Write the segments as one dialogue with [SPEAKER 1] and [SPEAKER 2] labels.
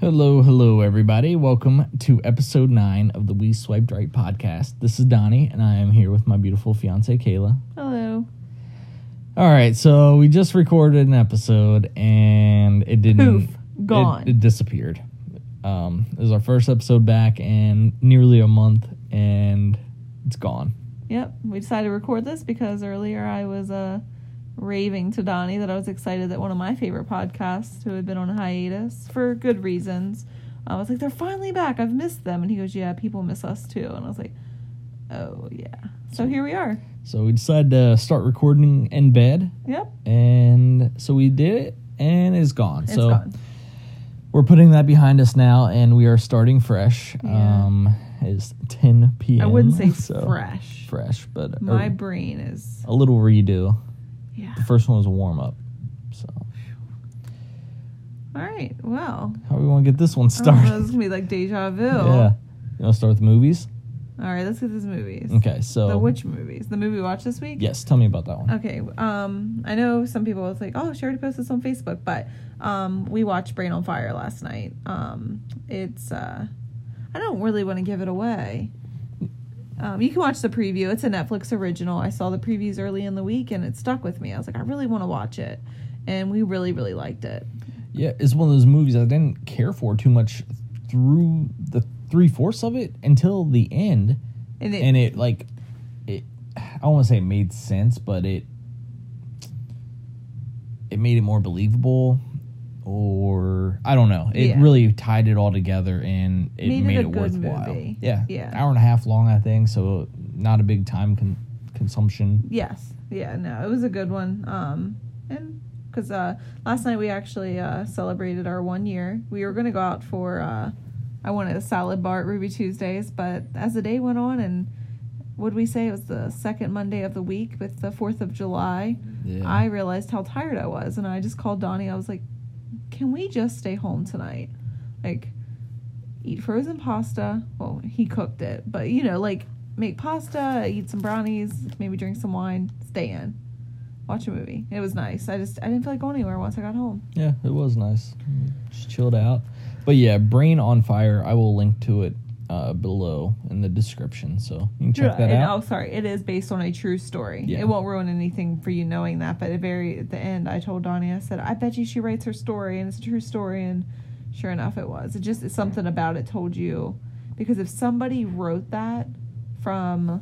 [SPEAKER 1] Hello, hello, everybody. Welcome to episode nine of the We Swiped Right podcast. This is Donnie, and I am here with my beautiful fiance, Kayla.
[SPEAKER 2] Hello.
[SPEAKER 1] All right, so we just recorded an episode, and it didn't.
[SPEAKER 2] Poof,
[SPEAKER 1] it-
[SPEAKER 2] gone.
[SPEAKER 1] It, disappeared. Um, it was our first episode back in nearly a month, and it's gone.
[SPEAKER 2] Yep, we decided to record this because earlier I was uh, raving to Donnie that I was excited that one of my favorite podcasts, who had been on hiatus for good reasons, I was like, they're finally back. I've missed them. And he goes, yeah, people miss us too. And I was like, oh, yeah. So here we are.
[SPEAKER 1] So we decided to start recording in bed,
[SPEAKER 2] Yep,
[SPEAKER 1] and so we did it, and it's gone.
[SPEAKER 2] it's
[SPEAKER 1] so
[SPEAKER 2] gone.
[SPEAKER 1] we're putting that behind us now and we are starting fresh
[SPEAKER 2] Yeah.
[SPEAKER 1] um it's 10 p.m
[SPEAKER 2] I wouldn't say
[SPEAKER 1] so Oh.
[SPEAKER 2] fresh.
[SPEAKER 1] fresh but or
[SPEAKER 2] My brain is,
[SPEAKER 1] a little redo
[SPEAKER 2] yeah.
[SPEAKER 1] the first one was a warm-up so
[SPEAKER 2] All right, well.
[SPEAKER 1] how we want to get this one
[SPEAKER 2] I don't know,
[SPEAKER 1] started
[SPEAKER 2] This is going to be like deja vu.
[SPEAKER 1] yeah you want to start with movies
[SPEAKER 2] All right, let's get these movies.
[SPEAKER 1] okay so
[SPEAKER 2] The Uh, which movies? The movie we watched this week?
[SPEAKER 1] yes tell me about that one
[SPEAKER 2] Okay. Um, I know some people was like, "Oh, she already posted this on Facebook," but um, we watched Brain on Fire last night. Um, it's uh, I don't really want to give it away. Um, you can watch the preview. It's a Netflix original. I saw the previews early in the week, and it stuck with me. I was like, I really want to watch it, and we really, really liked it.
[SPEAKER 1] yeah it's one of those movies i didn't care for too much through the three-fourths of it until the end
[SPEAKER 2] And it,
[SPEAKER 1] and it like it i don't want to say it made sense but it it made it more believable or i don't know it
[SPEAKER 2] Yeah.
[SPEAKER 1] really tied it all together and it
[SPEAKER 2] Made
[SPEAKER 1] made,
[SPEAKER 2] it a
[SPEAKER 1] it,
[SPEAKER 2] good
[SPEAKER 1] worthwhile
[SPEAKER 2] movie.
[SPEAKER 1] yeah
[SPEAKER 2] Yeah.
[SPEAKER 1] hour and a half long i think so not a big time con- consumption
[SPEAKER 2] Yes. Yeah. No, it was a good one. Um, and because uh, last night we actually uh, celebrated our one year. We were going to go out for uh, I wanted a salad bar at Ruby Tuesdays, but as the day went on, and would we say it was the second Monday of the week with the Fourth of July,
[SPEAKER 1] yeah
[SPEAKER 2] Mm. I realized how tired I was, and I just called Donnie. I was like, "Can we just stay home tonight? Like, eat frozen pasta. Well, he cooked it, but you know, like make pasta, eat some brownies, maybe drink some wine, stay in, watch a movie. It was nice. I just I didn't feel like going anywhere once I got home.
[SPEAKER 1] yeah it was nice just chilled out but yeah brain on fire i will link to it uh, below in the description so you can check that
[SPEAKER 2] And-
[SPEAKER 1] out
[SPEAKER 2] Oh, sorry. It is based on a true story.
[SPEAKER 1] Yeah.
[SPEAKER 2] It won't ruin anything for you knowing that. But at very at the end, I told Donnie, I said, I bet you she writes her story, and it's a true story. And sure enough, it was. It just it's something about it told you, because if somebody wrote that from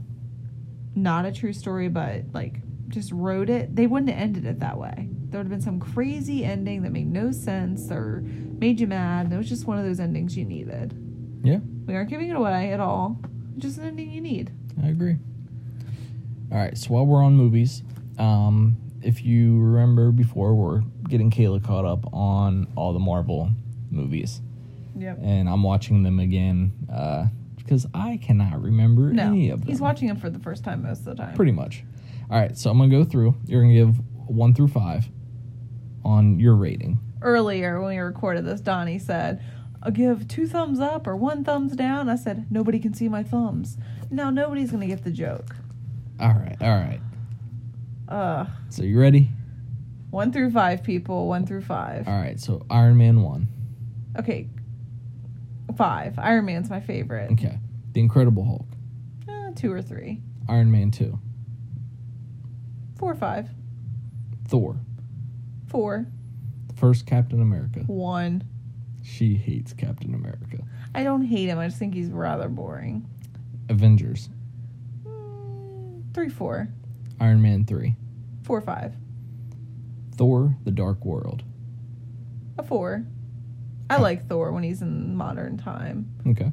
[SPEAKER 2] not a true story, but like just wrote it, they wouldn't have ended it that way. There would have been some crazy ending that made no sense or made you mad. It was just one of those endings you needed.
[SPEAKER 1] Yeah.
[SPEAKER 2] We aren't giving it away at all. Just an ending you need.
[SPEAKER 1] I agree. All right, so while we're on movies, um, if you remember before, we're getting Kayla caught up on all the Marvel movies,
[SPEAKER 2] Yep.
[SPEAKER 1] and I'm watching them again uh, because I cannot remember
[SPEAKER 2] No,
[SPEAKER 1] any of them.
[SPEAKER 2] he's watching them for the first time most of the time.
[SPEAKER 1] pretty much. All right, so I'm gonna go through. You're gonna give one through five on your rating.
[SPEAKER 2] Earlier when we recorded this, Donnie said, "I'll give two thumbs up or one thumbs down." I said, "Nobody can see my thumbs." Now nobody's gonna get the joke.
[SPEAKER 1] All right, all right.
[SPEAKER 2] Uh,
[SPEAKER 1] So you ready?
[SPEAKER 2] one through five people, one through five.
[SPEAKER 1] All right. So Iron Man one.
[SPEAKER 2] Okay, five. Iron Man's my favorite.
[SPEAKER 1] Okay. The Incredible Hulk.
[SPEAKER 2] Uh, two or three,
[SPEAKER 1] Iron Man two.
[SPEAKER 2] four or five,
[SPEAKER 1] Thor.
[SPEAKER 2] four,
[SPEAKER 1] The first Captain America.
[SPEAKER 2] one.
[SPEAKER 1] She hates Captain America.
[SPEAKER 2] I don't hate him. I just think he's rather boring.
[SPEAKER 1] Avengers,
[SPEAKER 2] Mm, three, four,
[SPEAKER 1] Iron Man 3,
[SPEAKER 2] four, or five,
[SPEAKER 1] Thor, The Dark World.
[SPEAKER 2] a four. I like Thor when he's in modern time.
[SPEAKER 1] Okay.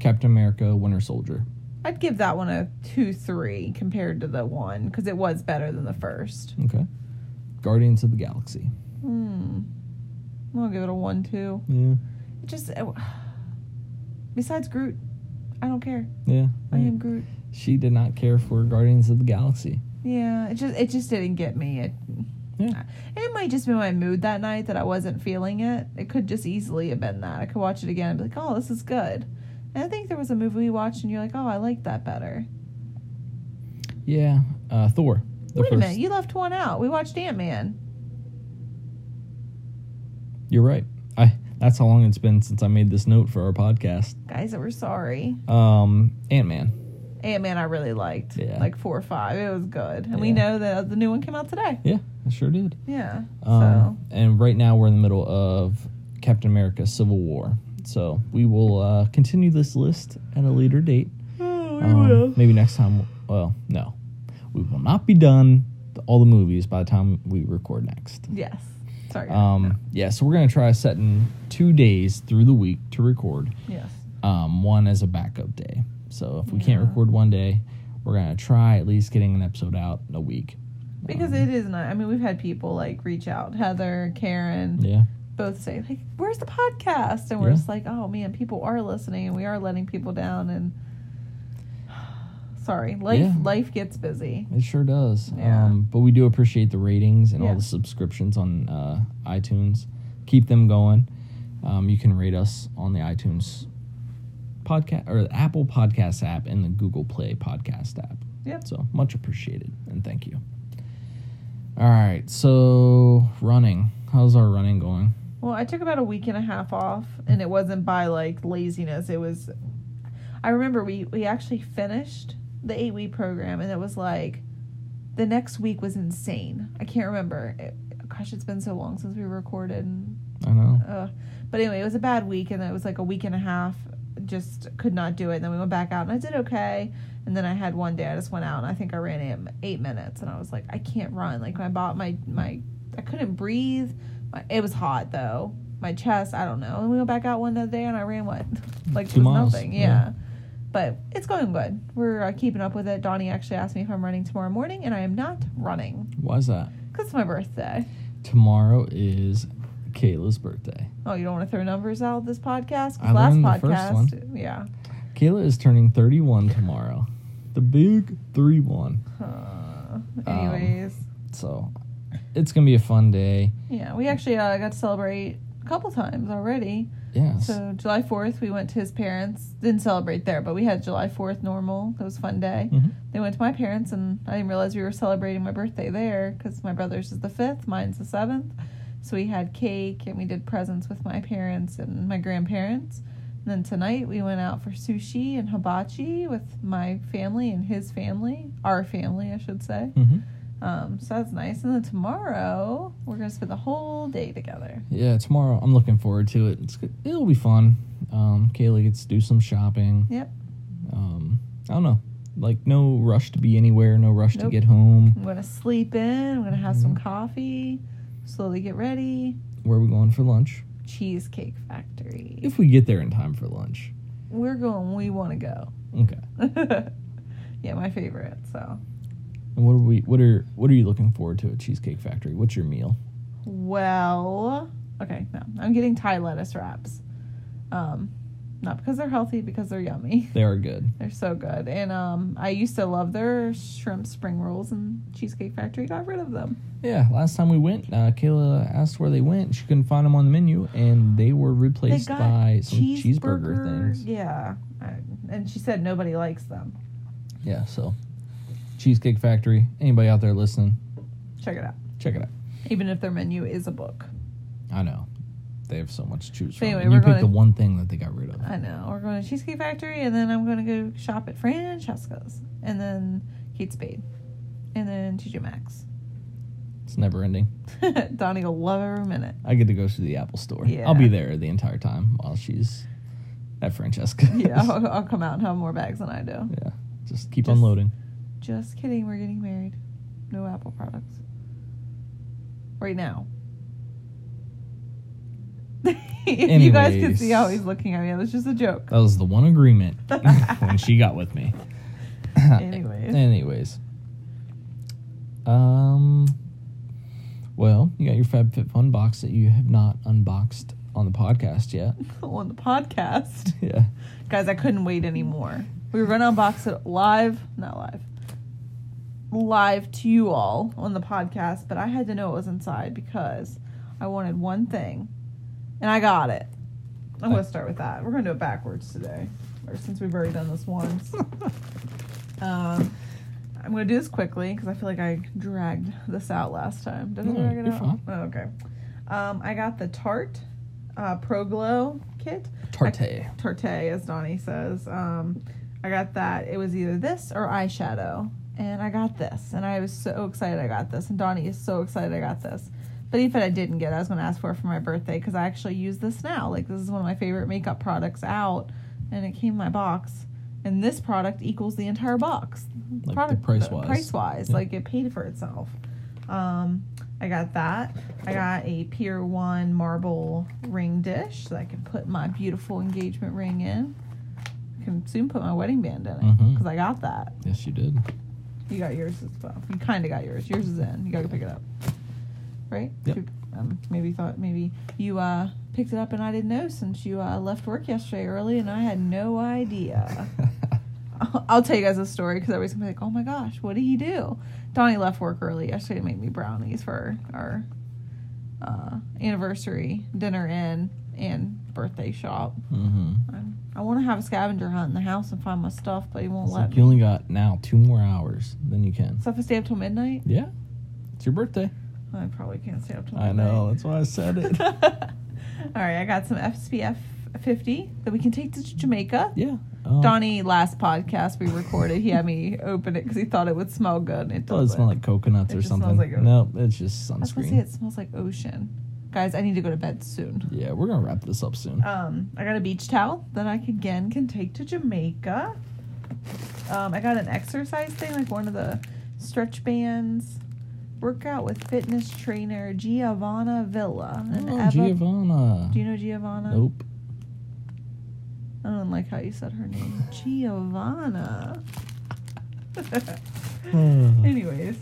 [SPEAKER 1] Captain America, Winter Soldier.
[SPEAKER 2] I'd give that one a two three compared to the one because it was better than the first.
[SPEAKER 1] Okay. Guardians of the Galaxy.
[SPEAKER 2] Hmm. I'll give it a one two.
[SPEAKER 1] Yeah.
[SPEAKER 2] It just it- besides Groot, I don't care.
[SPEAKER 1] Yeah.
[SPEAKER 2] I am Groot.
[SPEAKER 1] She did not care for Guardians of the Galaxy.
[SPEAKER 2] Yeah, it just it just didn't get me. It
[SPEAKER 1] Yeah.
[SPEAKER 2] it might just be my mood that night that I wasn't feeling it. It could just easily have been that. I could watch it again and be like, oh, this is good. And I think there was a movie we watched and you're like, oh, I like that better.
[SPEAKER 1] Yeah. Uh, Thor. The
[SPEAKER 2] Wait a
[SPEAKER 1] first.
[SPEAKER 2] minute, you left one out. We watched Ant Man.
[SPEAKER 1] You're right. I That's how long it's been since I made this note for our podcast.
[SPEAKER 2] Guys that were sorry.
[SPEAKER 1] Um, Ant Man.
[SPEAKER 2] Ant Man, I really liked.
[SPEAKER 1] Yeah.
[SPEAKER 2] Like four or five. It was good. And we
[SPEAKER 1] Yeah.
[SPEAKER 2] know that the new one came out today.
[SPEAKER 1] Yeah, I sure did.
[SPEAKER 2] Yeah.
[SPEAKER 1] Um, And right now we're in the middle of Captain America: Civil War, so we will uh, continue this list at a later date.
[SPEAKER 2] so. Oh, we
[SPEAKER 1] Um,
[SPEAKER 2] will.
[SPEAKER 1] Maybe next time. Well, no, we will not be done th- all the movies by the time we record next.
[SPEAKER 2] Yes. Sorry. guys.
[SPEAKER 1] Um, yeah, so we're gonna try setting two days through the week to record.
[SPEAKER 2] yes.
[SPEAKER 1] Um, one as a backup day. So if we can't
[SPEAKER 2] Yeah.
[SPEAKER 1] record one day, we're gonna try at least getting an episode out in a week. Um,
[SPEAKER 2] Because it is not. I mean, we've had people like reach out, Heather, Karen,
[SPEAKER 1] Yeah,
[SPEAKER 2] both say like, "Where's the podcast?" And we're
[SPEAKER 1] Yeah.
[SPEAKER 2] just like, "Oh man, people are listening, and we are letting people down." And sorry, life
[SPEAKER 1] Yeah.
[SPEAKER 2] life gets busy.
[SPEAKER 1] it sure does.
[SPEAKER 2] Yeah.
[SPEAKER 1] Um, but we do appreciate the ratings and all
[SPEAKER 2] Yeah.
[SPEAKER 1] the subscriptions on uh, iTunes. Keep them going. Um, you can rate us on the iTunes podcast or the Apple Podcast app and the Google Play Podcast app.
[SPEAKER 2] Yep.
[SPEAKER 1] So much appreciated and thank you. All right, so running. How's our running going?
[SPEAKER 2] Well, I took about a week and a half off, and it wasn't by like laziness. It was. I remember we we actually finished the eight week program, and it was like, the next week was insane. I can't remember. It, gosh, it's been so long since we recorded. And
[SPEAKER 1] I know.
[SPEAKER 2] Ugh. But anyway, it was a bad week, and it was like a week and a half. Just could not do it. And then we went back out, and I did okay. And then I had one day I just went out, and I think I ran eight, eight minutes, and I was like, I can't run. Like my bot, my my, I couldn't breathe. My, it was hot though. My chest, I don't know. And we went back out one other day, and I ran what, like
[SPEAKER 1] Two
[SPEAKER 2] it was
[SPEAKER 1] miles,
[SPEAKER 2] nothing.
[SPEAKER 1] yeah.
[SPEAKER 2] Yeah. But it's going good. We're uh, keeping up with it. Donnie actually asked me if I'm running tomorrow morning, and I am not running
[SPEAKER 1] Why is that?
[SPEAKER 2] because it's my birthday.
[SPEAKER 1] Tomorrow is Kayla's birthday.
[SPEAKER 2] Oh, you don't want to throw numbers out of this podcast? 'Cause
[SPEAKER 1] I
[SPEAKER 2] last
[SPEAKER 1] learned the
[SPEAKER 2] podcast,
[SPEAKER 1] first
[SPEAKER 2] yeah.
[SPEAKER 1] Kayla is turning 31 tomorrow. The big 3 1.
[SPEAKER 2] Uh,
[SPEAKER 1] Um,
[SPEAKER 2] anyways,
[SPEAKER 1] So it's going to be a fun day.
[SPEAKER 2] yeah, we actually uh, got to celebrate a couple times already.
[SPEAKER 1] Yes.
[SPEAKER 2] So July Fourth, we went to his parents. Didn't celebrate there, but we had July Fourth normal. That was a fun day.
[SPEAKER 1] Mhm.
[SPEAKER 2] They went to my parents, and I didn't realize we were celebrating my birthday there because my brother's is the fifth, mine's the seventh. So we had cake and we did presents with my parents and my grandparents. And then tonight we went out for sushi and hibachi with my family and his family, our family, I should say.
[SPEAKER 1] Mhm.
[SPEAKER 2] Um, so that's nice. And then tomorrow we're gonna spend the whole day together.
[SPEAKER 1] Yeah, tomorrow I'm looking forward to it. It's, good- it'll be fun. Um, Kayla gets to do some shopping.
[SPEAKER 2] Yep.
[SPEAKER 1] Um, I don't know. Like, no rush to be anywhere, no rush to
[SPEAKER 2] Nope.
[SPEAKER 1] get home.
[SPEAKER 2] I'm gonna sleep in. I'm gonna have some coffee. Slowly get ready.
[SPEAKER 1] Where are we going for lunch?
[SPEAKER 2] Cheesecake Factory.
[SPEAKER 1] If we get there in time for lunch.
[SPEAKER 2] We're going. where We want to go.
[SPEAKER 1] Okay.
[SPEAKER 2] yeah, my favorite. So,
[SPEAKER 1] And what are we what are what are you looking forward to at Cheesecake Factory? What's your meal?
[SPEAKER 2] well, okay. No, I'm getting Thai lettuce wraps. Um, not because they're healthy, because they're yummy.
[SPEAKER 1] They are good.
[SPEAKER 2] They're so good. And um, I used to love their shrimp spring rolls, and Cheesecake Factory got rid of them.
[SPEAKER 1] Yeah, last time we went, uh, Kayla asked where they went. She couldn't find them on the menu, and they were replaced
[SPEAKER 2] got
[SPEAKER 1] by some cheeseburger things.
[SPEAKER 2] Yeah, I, and she said nobody likes them.
[SPEAKER 1] Yeah, so Cheesecake Factory. Anybody out there listening,
[SPEAKER 2] Check it out.
[SPEAKER 1] check it out.
[SPEAKER 2] Even if their menu is a book.
[SPEAKER 1] I know they have so much to choose from.
[SPEAKER 2] Anyway,
[SPEAKER 1] and you
[SPEAKER 2] we're
[SPEAKER 1] picked
[SPEAKER 2] gonna-
[SPEAKER 1] the one thing that they got rid of.
[SPEAKER 2] I know. We're going to Cheesecake Factory, and then I'm going to go shop at Francesca's, and then Kate Spade, and then TJ Maxx.
[SPEAKER 1] It's never ending.
[SPEAKER 2] Donnie will love every minute.
[SPEAKER 1] I get to go to the Apple Store.
[SPEAKER 2] Yeah.
[SPEAKER 1] I'll be there the entire time while she's at Francesca.
[SPEAKER 2] Yeah, I'll, I'll come out and have more bags than I do.
[SPEAKER 1] yeah. Just keep
[SPEAKER 2] Just-
[SPEAKER 1] unloading.
[SPEAKER 2] Just kidding. We're getting married. No Apple products. Right now. if you guys could see how
[SPEAKER 1] Anyways.
[SPEAKER 2] he's looking at me, it was just a joke.
[SPEAKER 1] That was the one agreement when she got with me.
[SPEAKER 2] Anyways.
[SPEAKER 1] Anyways. Um. Well, you got your FabFitFun box that you have not unboxed on the podcast yet.
[SPEAKER 2] on the podcast.
[SPEAKER 1] yeah.
[SPEAKER 2] Guys, I couldn't wait anymore. We were going to unbox it live, not live, live to you all on the podcast, but I had to know what was inside because I wanted one thing and I got it. I'm going to start with that. We're going to do it backwards today, or since we've already done this once. um, I'm going to do this quickly because I feel like I dragged this out last time. Did I
[SPEAKER 1] No,
[SPEAKER 2] drag it
[SPEAKER 1] you're
[SPEAKER 2] out?
[SPEAKER 1] fine.
[SPEAKER 2] Oh, okay. Um, I got the Tarte uh, Pro Glow kit.
[SPEAKER 1] Tarte.
[SPEAKER 2] Tarte, as Donnie says. Um, I got that. It was either this or eyeshadow. And I got this. And I was so excited I got this. And Donnie is so excited I got this. But even if I didn't get it, I was going to ask for it for my birthday because I actually use this now. Like, this is one of my favorite makeup products out. And it came in my box. And this product equals the entire box.
[SPEAKER 1] Like, the price-wise.
[SPEAKER 2] Price wise.
[SPEAKER 1] Yeah.
[SPEAKER 2] Like, it paid for itself. Um, I got that. I got a Pier 1 marble ring dish that I can put my beautiful engagement ring in. I can soon put my wedding band in it
[SPEAKER 1] Mhm.
[SPEAKER 2] because I got that.
[SPEAKER 1] Yes, you did.
[SPEAKER 2] You got yours as well. You kind of got yours. Yours is in. You got to pick it up. Right?
[SPEAKER 1] Yep.
[SPEAKER 2] Should- Um, maybe thought maybe you uh, picked it up and I didn't know since you uh, left work yesterday early and I had no idea. I'll- I'll tell you guys a story because everybody's gonna be like, "Oh my gosh, what did he do?" Donnie left work early yesterday to make me brownies for our uh, anniversary dinner in and birthday shop.
[SPEAKER 1] mm-hmm.
[SPEAKER 2] I'm, I want to have a scavenger hunt in the house and find my stuff, but he won't
[SPEAKER 1] It's
[SPEAKER 2] let
[SPEAKER 1] like
[SPEAKER 2] me.
[SPEAKER 1] you only got now two more hours than you can.
[SPEAKER 2] So if I stay up till midnight,
[SPEAKER 1] Yeah, it's your birthday.
[SPEAKER 2] I probably can't stay up till
[SPEAKER 1] I
[SPEAKER 2] midnight.
[SPEAKER 1] know. That's why I said it.
[SPEAKER 2] All right, I got some SPF 50 that we can take to Jamaica.
[SPEAKER 1] yeah. Um,
[SPEAKER 2] Donnie, last podcast we recorded, he had me open it because he thought it would smell good. And it
[SPEAKER 1] It does
[SPEAKER 2] doesn't.
[SPEAKER 1] smell like coconuts
[SPEAKER 2] It
[SPEAKER 1] or
[SPEAKER 2] just
[SPEAKER 1] something.
[SPEAKER 2] smells like a-
[SPEAKER 1] no, it's just
[SPEAKER 2] I was gonna say
[SPEAKER 1] sunscreen.
[SPEAKER 2] it smells like ocean. Guys, I need to go to bed soon.
[SPEAKER 1] Yeah, we're gonna wrap this up soon.
[SPEAKER 2] Um, I got a beach towel that I can, again can take to Jamaica. Um, I got an exercise thing, like one of the stretch bands. Workout with fitness trainer Giovanna Villa. in
[SPEAKER 1] oh,
[SPEAKER 2] Eva-
[SPEAKER 1] Giovanna.
[SPEAKER 2] Do you know Giovanna?
[SPEAKER 1] Nope.
[SPEAKER 2] I don't like how you said her name. Giovanna.
[SPEAKER 1] Oh. and
[SPEAKER 2] Anyways,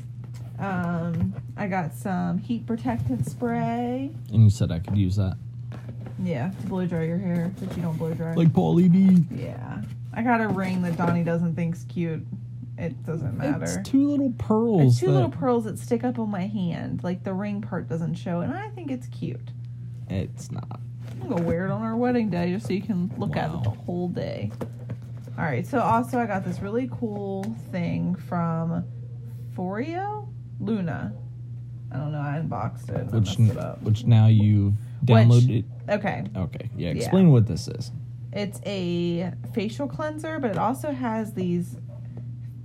[SPEAKER 2] um, I got some heat protectant spray.
[SPEAKER 1] you said I could use that,
[SPEAKER 2] Yeah, to blow dry your hair, but you don't blow dry.
[SPEAKER 1] like Paulie D.
[SPEAKER 2] yeah, I got a ring that Donnie doesn't think's cute. It doesn't matter.
[SPEAKER 1] It's two little pearls.
[SPEAKER 2] It's two
[SPEAKER 1] that-
[SPEAKER 2] little pearls that stick up on my hand. Like the ring part doesn't show, and I think it's cute.
[SPEAKER 1] It's not.
[SPEAKER 2] I'm gonna wear it on our wedding day just so you can look at it the
[SPEAKER 1] Wow.
[SPEAKER 2] whole day. All right. So also, I got this really cool thing from Forio Luna. I don't know. I unboxed it. I
[SPEAKER 1] Which
[SPEAKER 2] messed it up.
[SPEAKER 1] which now you've downloaded.
[SPEAKER 2] Okay.
[SPEAKER 1] Okay. Yeah.
[SPEAKER 2] Yeah.
[SPEAKER 1] Explain what this is.
[SPEAKER 2] It's a facial cleanser, but it also has these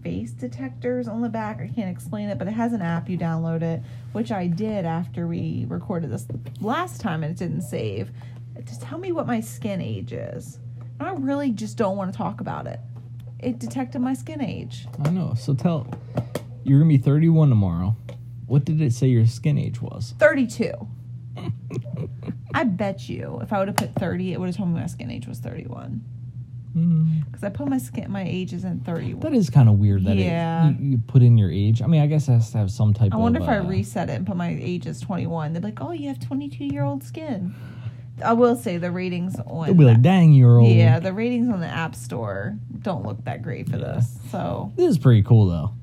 [SPEAKER 2] face detectors on the back. I can't explain it, but it has an app. You download it, which I did after we recorded this last time and it didn't save. To tell me what my skin age is. And I really just don't want to talk about it. It detected my skin age.
[SPEAKER 1] I know. So tell. You're gonna be 31 tomorrow. What did it say your skin age was?
[SPEAKER 2] 32. I bet you if I would have put 30, it would have told me my skin age was 31.
[SPEAKER 1] Hmm.
[SPEAKER 2] Because I put my skin, my ages in 31.
[SPEAKER 1] That is kind of weird that
[SPEAKER 2] Yeah.
[SPEAKER 1] it, you, you put in your age. I mean, I guess it has to have some type
[SPEAKER 2] I
[SPEAKER 1] of.
[SPEAKER 2] wonder if I
[SPEAKER 1] uh,
[SPEAKER 2] reset it and put my age as 21. They'd be like, oh, you have 22 year old skin. I will say the ratings on.
[SPEAKER 1] They'll be like, dang, you're old.
[SPEAKER 2] yeah, the ratings on the App Store don't look that great for
[SPEAKER 1] Yeah.
[SPEAKER 2] this. So.
[SPEAKER 1] This is pretty cool though.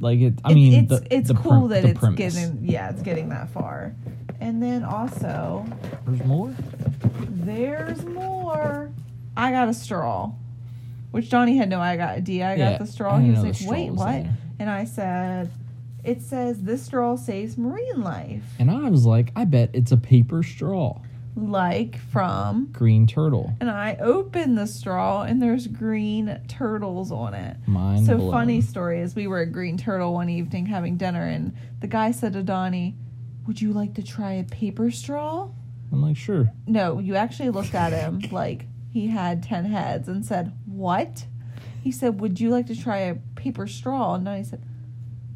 [SPEAKER 1] Like it. I
[SPEAKER 2] It's-
[SPEAKER 1] mean,
[SPEAKER 2] it's
[SPEAKER 1] the-
[SPEAKER 2] it's
[SPEAKER 1] the prem-
[SPEAKER 2] cool that
[SPEAKER 1] the
[SPEAKER 2] it's
[SPEAKER 1] premise.
[SPEAKER 2] getting yeah it's getting that far, and then also
[SPEAKER 1] There's more.
[SPEAKER 2] there's more. I got a straw, which Donnie had no idea. I got
[SPEAKER 1] Yeah,
[SPEAKER 2] the straw.
[SPEAKER 1] I
[SPEAKER 2] He
[SPEAKER 1] didn't
[SPEAKER 2] was
[SPEAKER 1] know
[SPEAKER 2] like,
[SPEAKER 1] the straw
[SPEAKER 2] wait,
[SPEAKER 1] was in
[SPEAKER 2] what?
[SPEAKER 1] there.
[SPEAKER 2] And I said, it says this straw saves marine life,
[SPEAKER 1] And I was like, I bet it's a paper straw.
[SPEAKER 2] like from
[SPEAKER 1] Green turtle.
[SPEAKER 2] and I open the straw and there's green turtles on it.
[SPEAKER 1] Mine.
[SPEAKER 2] so
[SPEAKER 1] blown.
[SPEAKER 2] funny story is we were at Green Turtle one evening having dinner and the guy said to Donnie, "Would you like to try a paper straw?"
[SPEAKER 1] I'm like, sure.
[SPEAKER 2] No, you actually looked at him like he had 10 heads and said, "What?" He said, "Would you like to try a paper straw?" And Donnie said,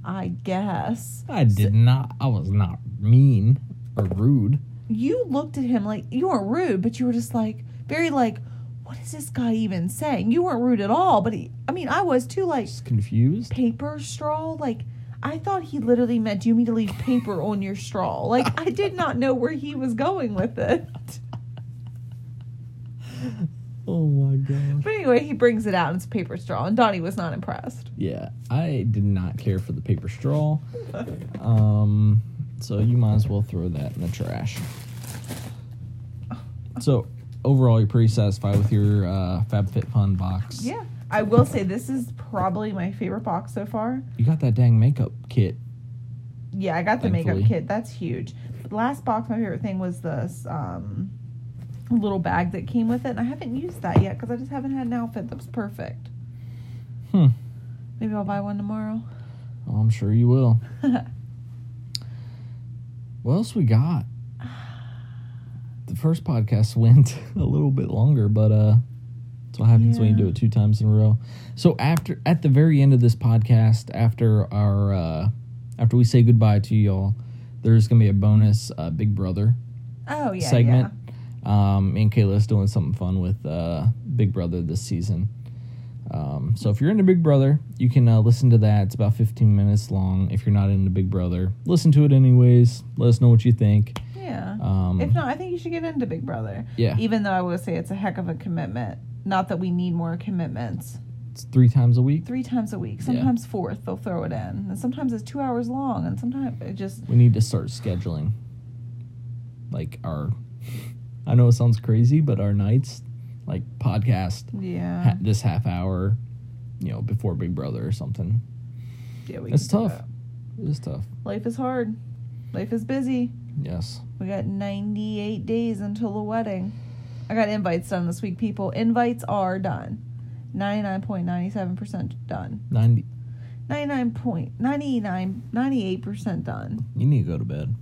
[SPEAKER 2] "I guess."
[SPEAKER 1] I did not. I was not mean or rude.
[SPEAKER 2] you looked at him like you weren't rude, but you were just like very like, what is this guy even saying? You weren't rude at all, but he, I mean, I was too. Like
[SPEAKER 1] Just confused.
[SPEAKER 2] paper straw, like. I thought he literally meant you mean to leave paper on your straw. Like I did not know where he was going with it.
[SPEAKER 1] Oh my god.
[SPEAKER 2] But anyway, he brings it out and it's a paper straw, and Donnie was not impressed.
[SPEAKER 1] Yeah, I did not care for the paper straw. Um, so you might as well throw that in the trash. So overall, you're pretty satisfied with your uh, FabFitFun box.
[SPEAKER 2] Yeah, I will say this is probably my favorite box so far.
[SPEAKER 1] You got that dang makeup kit.
[SPEAKER 2] Yeah, I got the makeup
[SPEAKER 1] Thankfully.
[SPEAKER 2] kit. That's huge. The last box, my favorite thing was this um, little bag that came with it, and I haven't used that yet because I just haven't had an outfit that was perfect.
[SPEAKER 1] Hmm.
[SPEAKER 2] Maybe I'll buy one tomorrow.
[SPEAKER 1] Oh, I'm sure you will. What else we got? The first podcast went a little bit longer, but uh that's what happens when you
[SPEAKER 2] Yeah.
[SPEAKER 1] do it two times in a row. So after at the very end of this podcast, after our uh after we say goodbye to y'all, there's gonna be a bonus uh Big Brother
[SPEAKER 2] oh yeah,
[SPEAKER 1] segment. Um me and Kayla's doing something fun with uh Big Brother this season. Um, so if you're into Big Brother, you can uh, listen to that. It's about 15 minutes long. If you're not into Big Brother, listen to it anyways. Let us know what you think.
[SPEAKER 2] yeah, yeah.
[SPEAKER 1] Um,
[SPEAKER 2] if not, e- I think you should get into Big Brother.
[SPEAKER 1] yeah,
[SPEAKER 2] Even though I will say it's a heck of a commitment. Not that we need more commitments.
[SPEAKER 1] it's three times a week.
[SPEAKER 2] Three times a week, sometimes fourth, they'll throw it in, and sometimes it's two hours long, and sometimes it just
[SPEAKER 1] We need to start scheduling, like our. I know it sounds crazy, but our nights, like podcast,
[SPEAKER 2] yeah.
[SPEAKER 1] ha- this half hour, you know, before Big Brother or something.
[SPEAKER 2] yeah we
[SPEAKER 1] It's
[SPEAKER 2] can do
[SPEAKER 1] tough.
[SPEAKER 2] that.
[SPEAKER 1] It's tough.
[SPEAKER 2] Life is hard. Life is busy.
[SPEAKER 1] Yes.
[SPEAKER 2] We got 98 days until the wedding. I got invites done this week, people. Invites are done. 99.97% done.
[SPEAKER 1] Ninety.
[SPEAKER 2] 99.99 98% done.
[SPEAKER 1] You need to go to bed.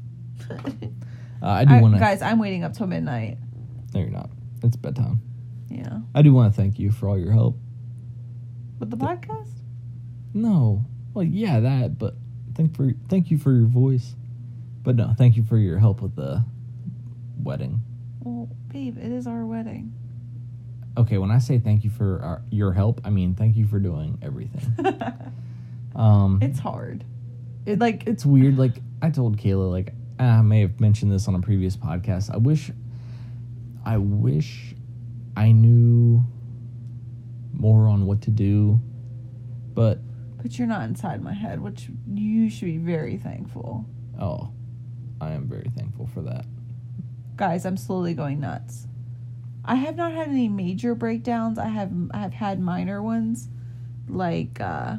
[SPEAKER 1] Uh, I do want to.
[SPEAKER 2] guys, I'm waiting up till midnight.
[SPEAKER 1] No, you're not. It's bedtime.
[SPEAKER 2] Yeah.
[SPEAKER 1] I do want to thank you for all your help.
[SPEAKER 2] With the podcast?
[SPEAKER 1] No. Well, yeah, that. But thank for thank you for your voice. But no, thank you for your help with the wedding.
[SPEAKER 2] Well, babe, it is our wedding.
[SPEAKER 1] Okay, when I say thank you for our, your help, I mean thank you for doing everything. Um,
[SPEAKER 2] it's hard.
[SPEAKER 1] it-
[SPEAKER 2] like-
[SPEAKER 1] it's weird. Like I told Kayla, like I may have mentioned this on a previous podcast. I wish, I wish, I knew more on what to do, but
[SPEAKER 2] But you're not inside my head, which you should be very thankful.
[SPEAKER 1] oh, I am very thankful for that.
[SPEAKER 2] guys i'm slowly going nuts i have not had any major breakdowns i have i have had minor ones like uh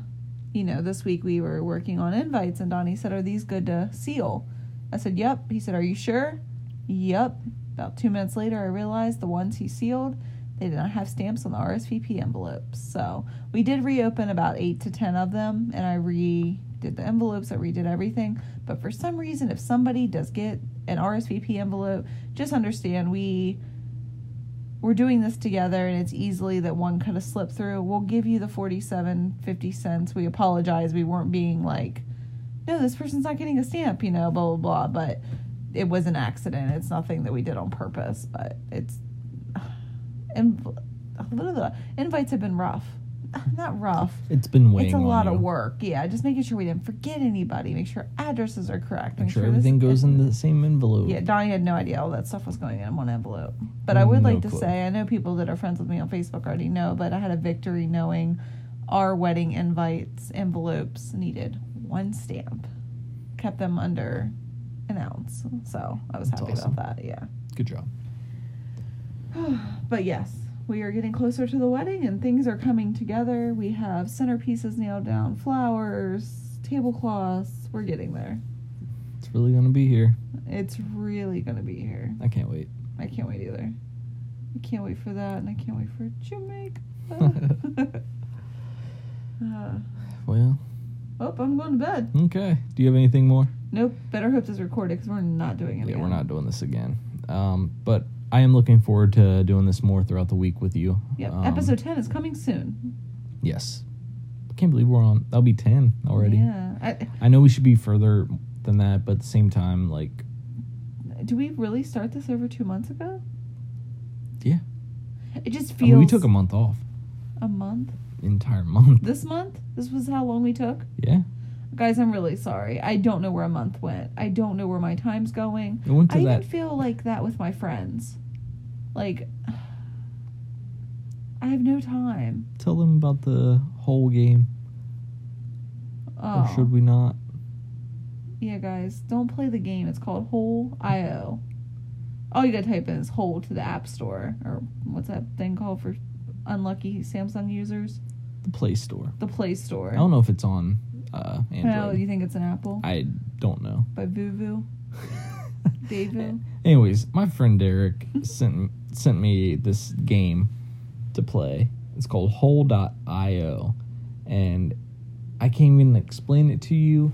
[SPEAKER 2] you know this week we were working on invites and donnie said are these good to seal i said yep he said are you sure yep about two minutes later i realized the ones he sealed they did not have stamps on the rsvp envelopes so we did reopen about eight to ten of them and i redid the envelopes i redid everything but for some reason if somebody does get an rsvp envelope just understand we we're doing this together and it's easily that one could have slipped through we'll give you the 47 50 cents we apologize we weren't being like no this person's not getting a stamp you know blah blah blah but it was an accident it's nothing that we did on purpose but it's and invites have been rough not rough
[SPEAKER 1] It's been weighing.
[SPEAKER 2] it's a
[SPEAKER 1] on
[SPEAKER 2] lot
[SPEAKER 1] you.
[SPEAKER 2] of work yeah just making sure we didn't forget anybody make sure addresses are correct
[SPEAKER 1] Make sure
[SPEAKER 2] this-
[SPEAKER 1] everything goes in the same envelope.
[SPEAKER 2] yeah, Donnie had no idea all that stuff was going in one envelope. But I would
[SPEAKER 1] Mm, No
[SPEAKER 2] like to
[SPEAKER 1] clue.
[SPEAKER 2] say I know people that are friends with me on Facebook already know, but I had a victory knowing our wedding invites envelopes needed one stamp. Kept them under an ounce. So I was
[SPEAKER 1] That's
[SPEAKER 2] happy
[SPEAKER 1] awesome.
[SPEAKER 2] about that, yeah.
[SPEAKER 1] Good job.
[SPEAKER 2] But yes, we are getting closer to the wedding and things are coming together. We have centerpieces nailed down, flowers, tablecloths. We're getting there.
[SPEAKER 1] It's really gonna be here.
[SPEAKER 2] It's really gonna be here.
[SPEAKER 1] I can't wait.
[SPEAKER 2] I can't wait either. I can't wait for that, and I can't wait for Jamaica. uh,
[SPEAKER 1] Well,
[SPEAKER 2] oh, I'm going to bed.
[SPEAKER 1] okay. Do you have anything more?
[SPEAKER 2] Nope. Better hope this is recorded because we're not doing it.
[SPEAKER 1] Yeah,
[SPEAKER 2] again.
[SPEAKER 1] we're not doing this again. Um, but I am looking forward to doing this more throughout the week with you.
[SPEAKER 2] Yep.
[SPEAKER 1] Um,
[SPEAKER 2] Episode ten is coming soon.
[SPEAKER 1] Yes. I can't believe we're on. That'll be ten already.
[SPEAKER 2] Yeah. I,
[SPEAKER 1] I know we should be further than that, but at the same time, like,
[SPEAKER 2] do we really start this over two months ago?
[SPEAKER 1] Yeah.
[SPEAKER 2] It just
[SPEAKER 1] I
[SPEAKER 2] feels.
[SPEAKER 1] mean, we took a month off,
[SPEAKER 2] a month.
[SPEAKER 1] entire month.
[SPEAKER 2] This month. This was how long we took.
[SPEAKER 1] Yeah,
[SPEAKER 2] Guys, I'm really sorry. I don't know where a month went. I don't know where my time's going.
[SPEAKER 1] we went to
[SPEAKER 2] I
[SPEAKER 1] that.
[SPEAKER 2] even feel like that with my friends. Like, I have no time.
[SPEAKER 1] Tell them about the whole game,
[SPEAKER 2] Oh,
[SPEAKER 1] or should we not?
[SPEAKER 2] yeah, guys, don't play the game. It's called Whole IO. All you gotta type in is Whole to the App Store, or what's that thing called for unlucky Samsung users?
[SPEAKER 1] The Play Store.
[SPEAKER 2] The Play Store.
[SPEAKER 1] I don't know if it's on uh,
[SPEAKER 2] Oh,
[SPEAKER 1] Android.
[SPEAKER 2] you think it's an Apple?
[SPEAKER 1] I don't know.
[SPEAKER 2] By Vuvu? Devu?
[SPEAKER 1] Eh, Anyways, my friend Derek sent sent me this game to play. It's called Hole.io, and I can't even explain it to you,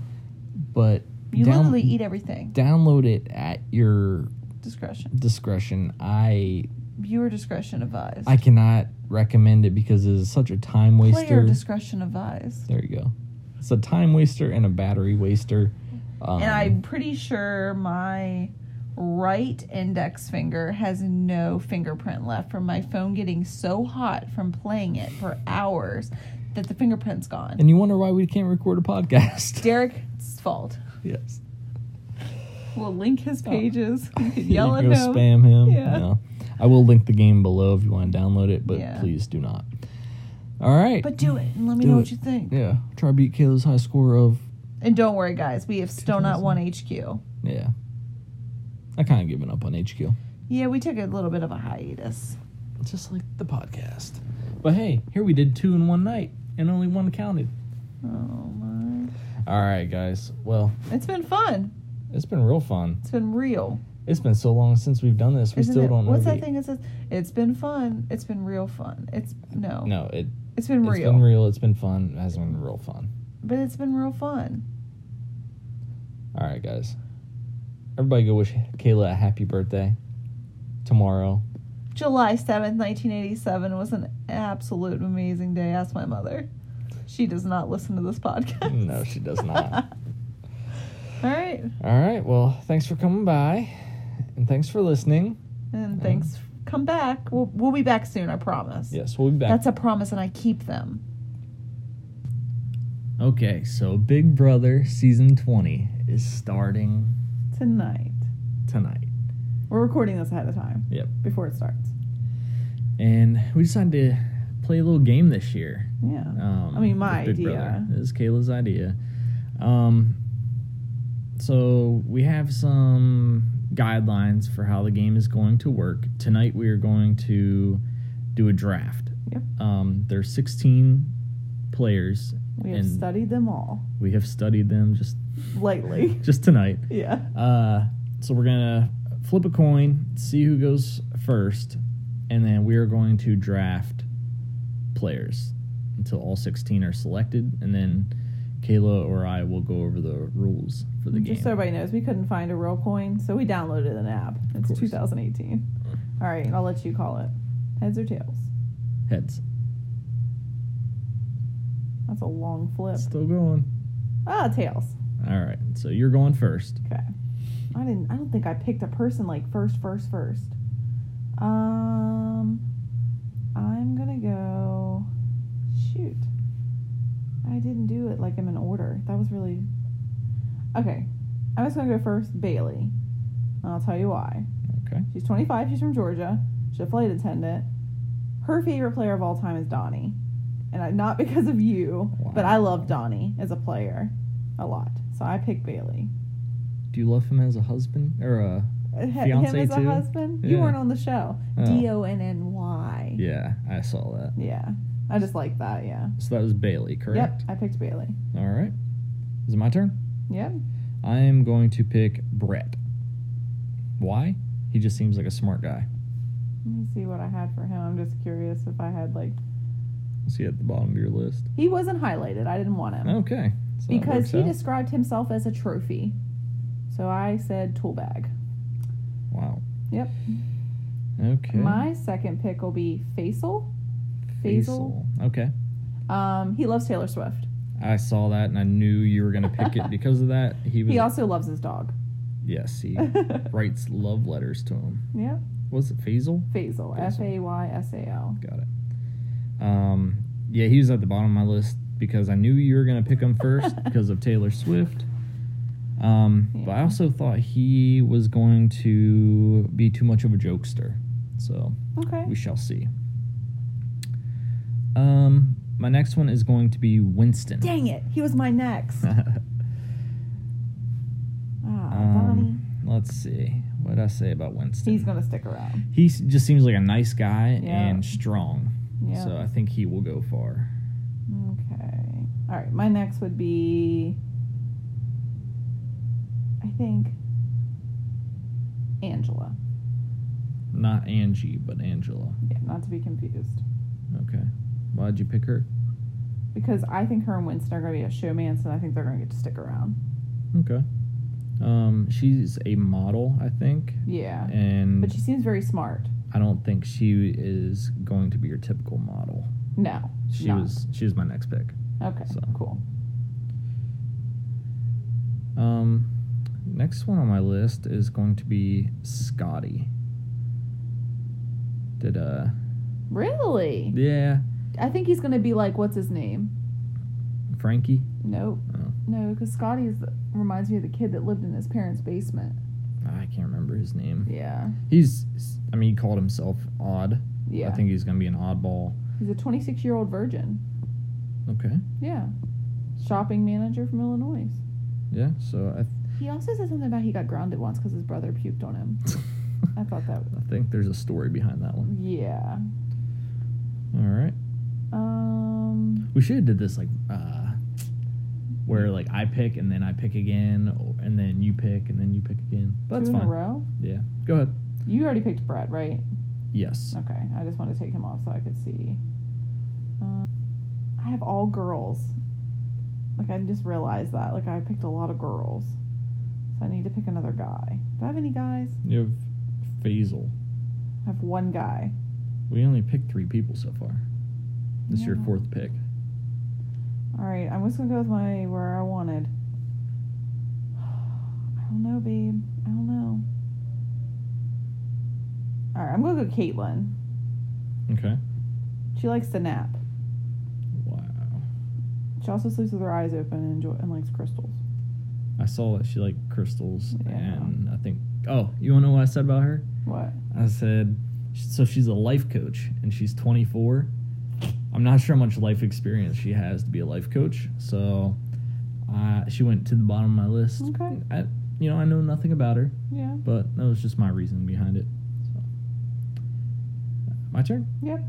[SPEAKER 1] but
[SPEAKER 2] You
[SPEAKER 1] down-
[SPEAKER 2] literally eat everything.
[SPEAKER 1] download it at your
[SPEAKER 2] Discretion.
[SPEAKER 1] discretion. I
[SPEAKER 2] Viewer discretion advised.
[SPEAKER 1] I cannot recommend it because it is such a time
[SPEAKER 2] Player
[SPEAKER 1] waster.
[SPEAKER 2] discretion advised.
[SPEAKER 1] there you go. It's a time waster and a battery waster. Um,
[SPEAKER 2] and I'm pretty sure my right index finger has no fingerprint left from my phone getting so hot from playing it for hours that the fingerprint's gone.
[SPEAKER 1] and you wonder why we can't record a podcast.
[SPEAKER 2] Derek's fault.
[SPEAKER 1] yes.
[SPEAKER 2] We'll link his pages. You can
[SPEAKER 1] Oh. You can
[SPEAKER 2] yell at him.
[SPEAKER 1] go spam him.
[SPEAKER 2] Yeah.
[SPEAKER 1] No. I will link the game below if you want to download it, but
[SPEAKER 2] Yeah.
[SPEAKER 1] please do not. All right.
[SPEAKER 2] But do it and let me
[SPEAKER 1] Do
[SPEAKER 2] know
[SPEAKER 1] it.
[SPEAKER 2] what you think.
[SPEAKER 1] yeah. Try to beat Kayla's high score of
[SPEAKER 2] And don't worry, guys, we have still not won HQ.
[SPEAKER 1] yeah. I kind of given up on HQ.
[SPEAKER 2] Yeah, we took a little bit of a hiatus.
[SPEAKER 1] Just like the podcast. But hey, here we did two in one night and only one counted.
[SPEAKER 2] Oh my.
[SPEAKER 1] All right, guys. Well,
[SPEAKER 2] It's been fun.
[SPEAKER 1] it's been real fun.
[SPEAKER 2] It's been real.
[SPEAKER 1] It's been so long since we've done this. We
[SPEAKER 2] Isn't
[SPEAKER 1] still
[SPEAKER 2] it,
[SPEAKER 1] don't know.
[SPEAKER 2] What's
[SPEAKER 1] the-
[SPEAKER 2] that thing that says? It's been fun. It's been real fun. It's no.
[SPEAKER 1] No, it,
[SPEAKER 2] It's been
[SPEAKER 1] it's
[SPEAKER 2] real.
[SPEAKER 1] been real. It's been fun. It has been real fun.
[SPEAKER 2] but it's been real fun.
[SPEAKER 1] All right, guys. Everybody go wish Kayla a happy birthday tomorrow.
[SPEAKER 2] July 7th, 1987 was an absolute amazing day. Ask my mother. She does not listen to this podcast.
[SPEAKER 1] No, she does not.
[SPEAKER 2] All right.
[SPEAKER 1] All right. Well, thanks for coming by and thanks for listening.
[SPEAKER 2] And thanks. Come back. We'll, we'll be back soon, I promise.
[SPEAKER 1] Yes, we'll be back.
[SPEAKER 2] That's a promise, and I keep them.
[SPEAKER 1] okay, so Big Brother season 20 is starting
[SPEAKER 2] Tonight.
[SPEAKER 1] tonight.
[SPEAKER 2] We're recording this ahead of time
[SPEAKER 1] Yep.
[SPEAKER 2] before it starts.
[SPEAKER 1] And we decided to play a little game this year.
[SPEAKER 2] Yeah.
[SPEAKER 1] Um,
[SPEAKER 2] I mean, my
[SPEAKER 1] with Big
[SPEAKER 2] idea.
[SPEAKER 1] Brother. It was Kayla's idea. Um, so we have some guidelines for how the game is going to work. Tonight we are going to do a draft.
[SPEAKER 2] Yep.
[SPEAKER 1] Um, there's 16 players.
[SPEAKER 2] We have
[SPEAKER 1] and
[SPEAKER 2] studied them all
[SPEAKER 1] we have studied them just
[SPEAKER 2] lately.
[SPEAKER 1] just tonight.
[SPEAKER 2] yeah.
[SPEAKER 1] Uh, so we're gonna flip a coin, see who goes first, and then we are going to draft players until all 16 are selected, and then Kayla or I will go over the rules for the game.
[SPEAKER 3] Just so everybody knows, we couldn't find a real coin, so we downloaded an app.
[SPEAKER 1] course. Mm.
[SPEAKER 3] It's 2018. All right, I'll let you call it. Heads or tails?
[SPEAKER 1] Heads.
[SPEAKER 3] That's a long flip.
[SPEAKER 1] Still going.
[SPEAKER 3] Ah, tails.
[SPEAKER 1] All right, so you're going first.
[SPEAKER 3] Okay. I didn't. I don't think I picked a person like first, first, first. Um, I'm gonna go. Shoot, I didn't do it like I'm in order. That was really. Okay, I'm just gonna go first. Bailey. And I'll tell you why.
[SPEAKER 1] Okay.
[SPEAKER 3] She's 25. She's from Georgia. She's a flight attendant. Her favorite player of all time is Donnie. And I, not because of you, but I love Donnie as a player a lot. So I pick Bailey.
[SPEAKER 1] Do you love him as a husband or a?
[SPEAKER 3] Uh, he- Him
[SPEAKER 1] Fiance
[SPEAKER 3] as a
[SPEAKER 1] too?
[SPEAKER 3] husband?
[SPEAKER 1] Yeah.
[SPEAKER 3] You weren't on the show.
[SPEAKER 1] Oh,
[SPEAKER 3] D O N N Y.
[SPEAKER 1] yeah, I saw that.
[SPEAKER 3] Yeah. I just like that. Yeah.
[SPEAKER 1] So that was Bailey, correct?
[SPEAKER 3] Yep. I picked Bailey.
[SPEAKER 1] All right. Is it my turn?
[SPEAKER 3] Yep.
[SPEAKER 1] I am going to pick Brett. Why? He just seems like a smart guy.
[SPEAKER 3] Let me see what I had for him. I'm just curious if I had like.
[SPEAKER 1] Is he at the bottom of your list?
[SPEAKER 3] He wasn't highlighted. I didn't want him.
[SPEAKER 1] Okay. So Oh, that
[SPEAKER 3] because
[SPEAKER 1] works
[SPEAKER 3] he
[SPEAKER 1] out.
[SPEAKER 3] described himself as a trophy. So I said tool bag.
[SPEAKER 1] Wow.
[SPEAKER 3] Yep.
[SPEAKER 1] Okay.
[SPEAKER 3] My second pick will be Faisal. Faisal.
[SPEAKER 1] Faisal. Okay.
[SPEAKER 3] Um, he loves Taylor Swift.
[SPEAKER 1] I saw that and I knew you were going to pick it because of that. He was.
[SPEAKER 3] He also loves his dog.
[SPEAKER 1] yes, he
[SPEAKER 3] yeah,
[SPEAKER 1] writes love letters to him. Was it Faisal?
[SPEAKER 3] Faisal. F A Y S A L.
[SPEAKER 1] Got it. Um, yeah, he was at the bottom of my list because I knew you were going to pick him first because of Taylor Swift. Um, But I
[SPEAKER 3] Yeah.
[SPEAKER 1] also thought he was going to be too much of a jokester. So
[SPEAKER 3] Okay.
[SPEAKER 1] we shall see. Um, my next one is going to be Winston.
[SPEAKER 3] Dang it! He was my next. Ah, Donnie.
[SPEAKER 1] um, let's see. What did I say about Winston?
[SPEAKER 3] He's gonna stick around.
[SPEAKER 1] he s- just seems like a nice guy
[SPEAKER 3] Yeah.
[SPEAKER 1] and strong.
[SPEAKER 3] Yeah.
[SPEAKER 1] So I think he will go far.
[SPEAKER 3] Okay. All right. My next would be. I think. Angela.
[SPEAKER 1] Not Angie, but Angela.
[SPEAKER 2] Yeah, not to be confused.
[SPEAKER 1] Okay. Why'd you pick her?
[SPEAKER 2] Because I think her and Winston are going to be a showman, so I think they're going to get to stick around.
[SPEAKER 1] Okay. Um, she's a model, I think,
[SPEAKER 2] Yeah.
[SPEAKER 1] and
[SPEAKER 2] But she seems very smart.
[SPEAKER 1] I don't think she is going to be your typical model.
[SPEAKER 2] No.
[SPEAKER 1] She
[SPEAKER 2] not.
[SPEAKER 1] was she was my next pick.
[SPEAKER 2] Okay,
[SPEAKER 1] so.
[SPEAKER 2] cool.
[SPEAKER 1] Um, next one on my list is going to be Scotty. Did uh
[SPEAKER 2] Really?
[SPEAKER 1] yeah
[SPEAKER 2] I think he's going to be like, what's his name?
[SPEAKER 1] Frankie?
[SPEAKER 2] Nope.
[SPEAKER 1] Oh,
[SPEAKER 2] No, because Scotty is the, reminds me of the kid that lived in his parents' basement.
[SPEAKER 1] I can't remember his name.
[SPEAKER 2] Yeah.
[SPEAKER 1] He's I mean he called himself odd.
[SPEAKER 2] Yeah.
[SPEAKER 1] I think he's gonna be an oddball.
[SPEAKER 2] he's a 26 year old virgin.
[SPEAKER 1] Okay.
[SPEAKER 2] Yeah. Shopping manager from Illinois.
[SPEAKER 1] Yeah. So I
[SPEAKER 2] He also said something about he got grounded once because his brother puked on him. I thought that was.
[SPEAKER 1] I think there's a story behind that one.
[SPEAKER 2] Yeah.
[SPEAKER 1] All right.
[SPEAKER 2] Um.
[SPEAKER 1] We should have did this like uh where like I pick and then I pick again or, and then you pick and then you pick again. But that's
[SPEAKER 2] two in a
[SPEAKER 1] fine.
[SPEAKER 2] row.
[SPEAKER 1] Yeah. Go ahead.
[SPEAKER 2] You already picked Brett, right?
[SPEAKER 1] Yes.
[SPEAKER 2] Okay. I just want to take him off so I could see. Um, I have all girls. Like I just realized that. Like I picked a lot of girls. So I need to pick another guy. Do I have any guys?
[SPEAKER 1] You have Faisal.
[SPEAKER 2] I have one guy.
[SPEAKER 1] We only picked three people so far. This is your
[SPEAKER 2] Yeah.
[SPEAKER 1] fourth pick.
[SPEAKER 2] All right, I'm just gonna go with my where I wanted. I don't know, babe. I don't know. All right, I'm gonna go Caitlin.
[SPEAKER 1] Okay.
[SPEAKER 2] She likes to nap.
[SPEAKER 1] Wow.
[SPEAKER 2] She also sleeps with her eyes open and enjoy and likes crystals.
[SPEAKER 1] I saw that she liked crystals
[SPEAKER 2] Yeah.
[SPEAKER 1] and I think oh, you wanna know what I said about her?
[SPEAKER 2] What?
[SPEAKER 1] I said so she's a life coach and she's twenty four. I'm not sure how much life experience she has to be a life coach, so uh, she went to the bottom of my list.
[SPEAKER 2] Okay.
[SPEAKER 1] I, you know, I know nothing about her,
[SPEAKER 2] Yeah.
[SPEAKER 1] but that was just my reason behind it. So. My turn.
[SPEAKER 2] Yep.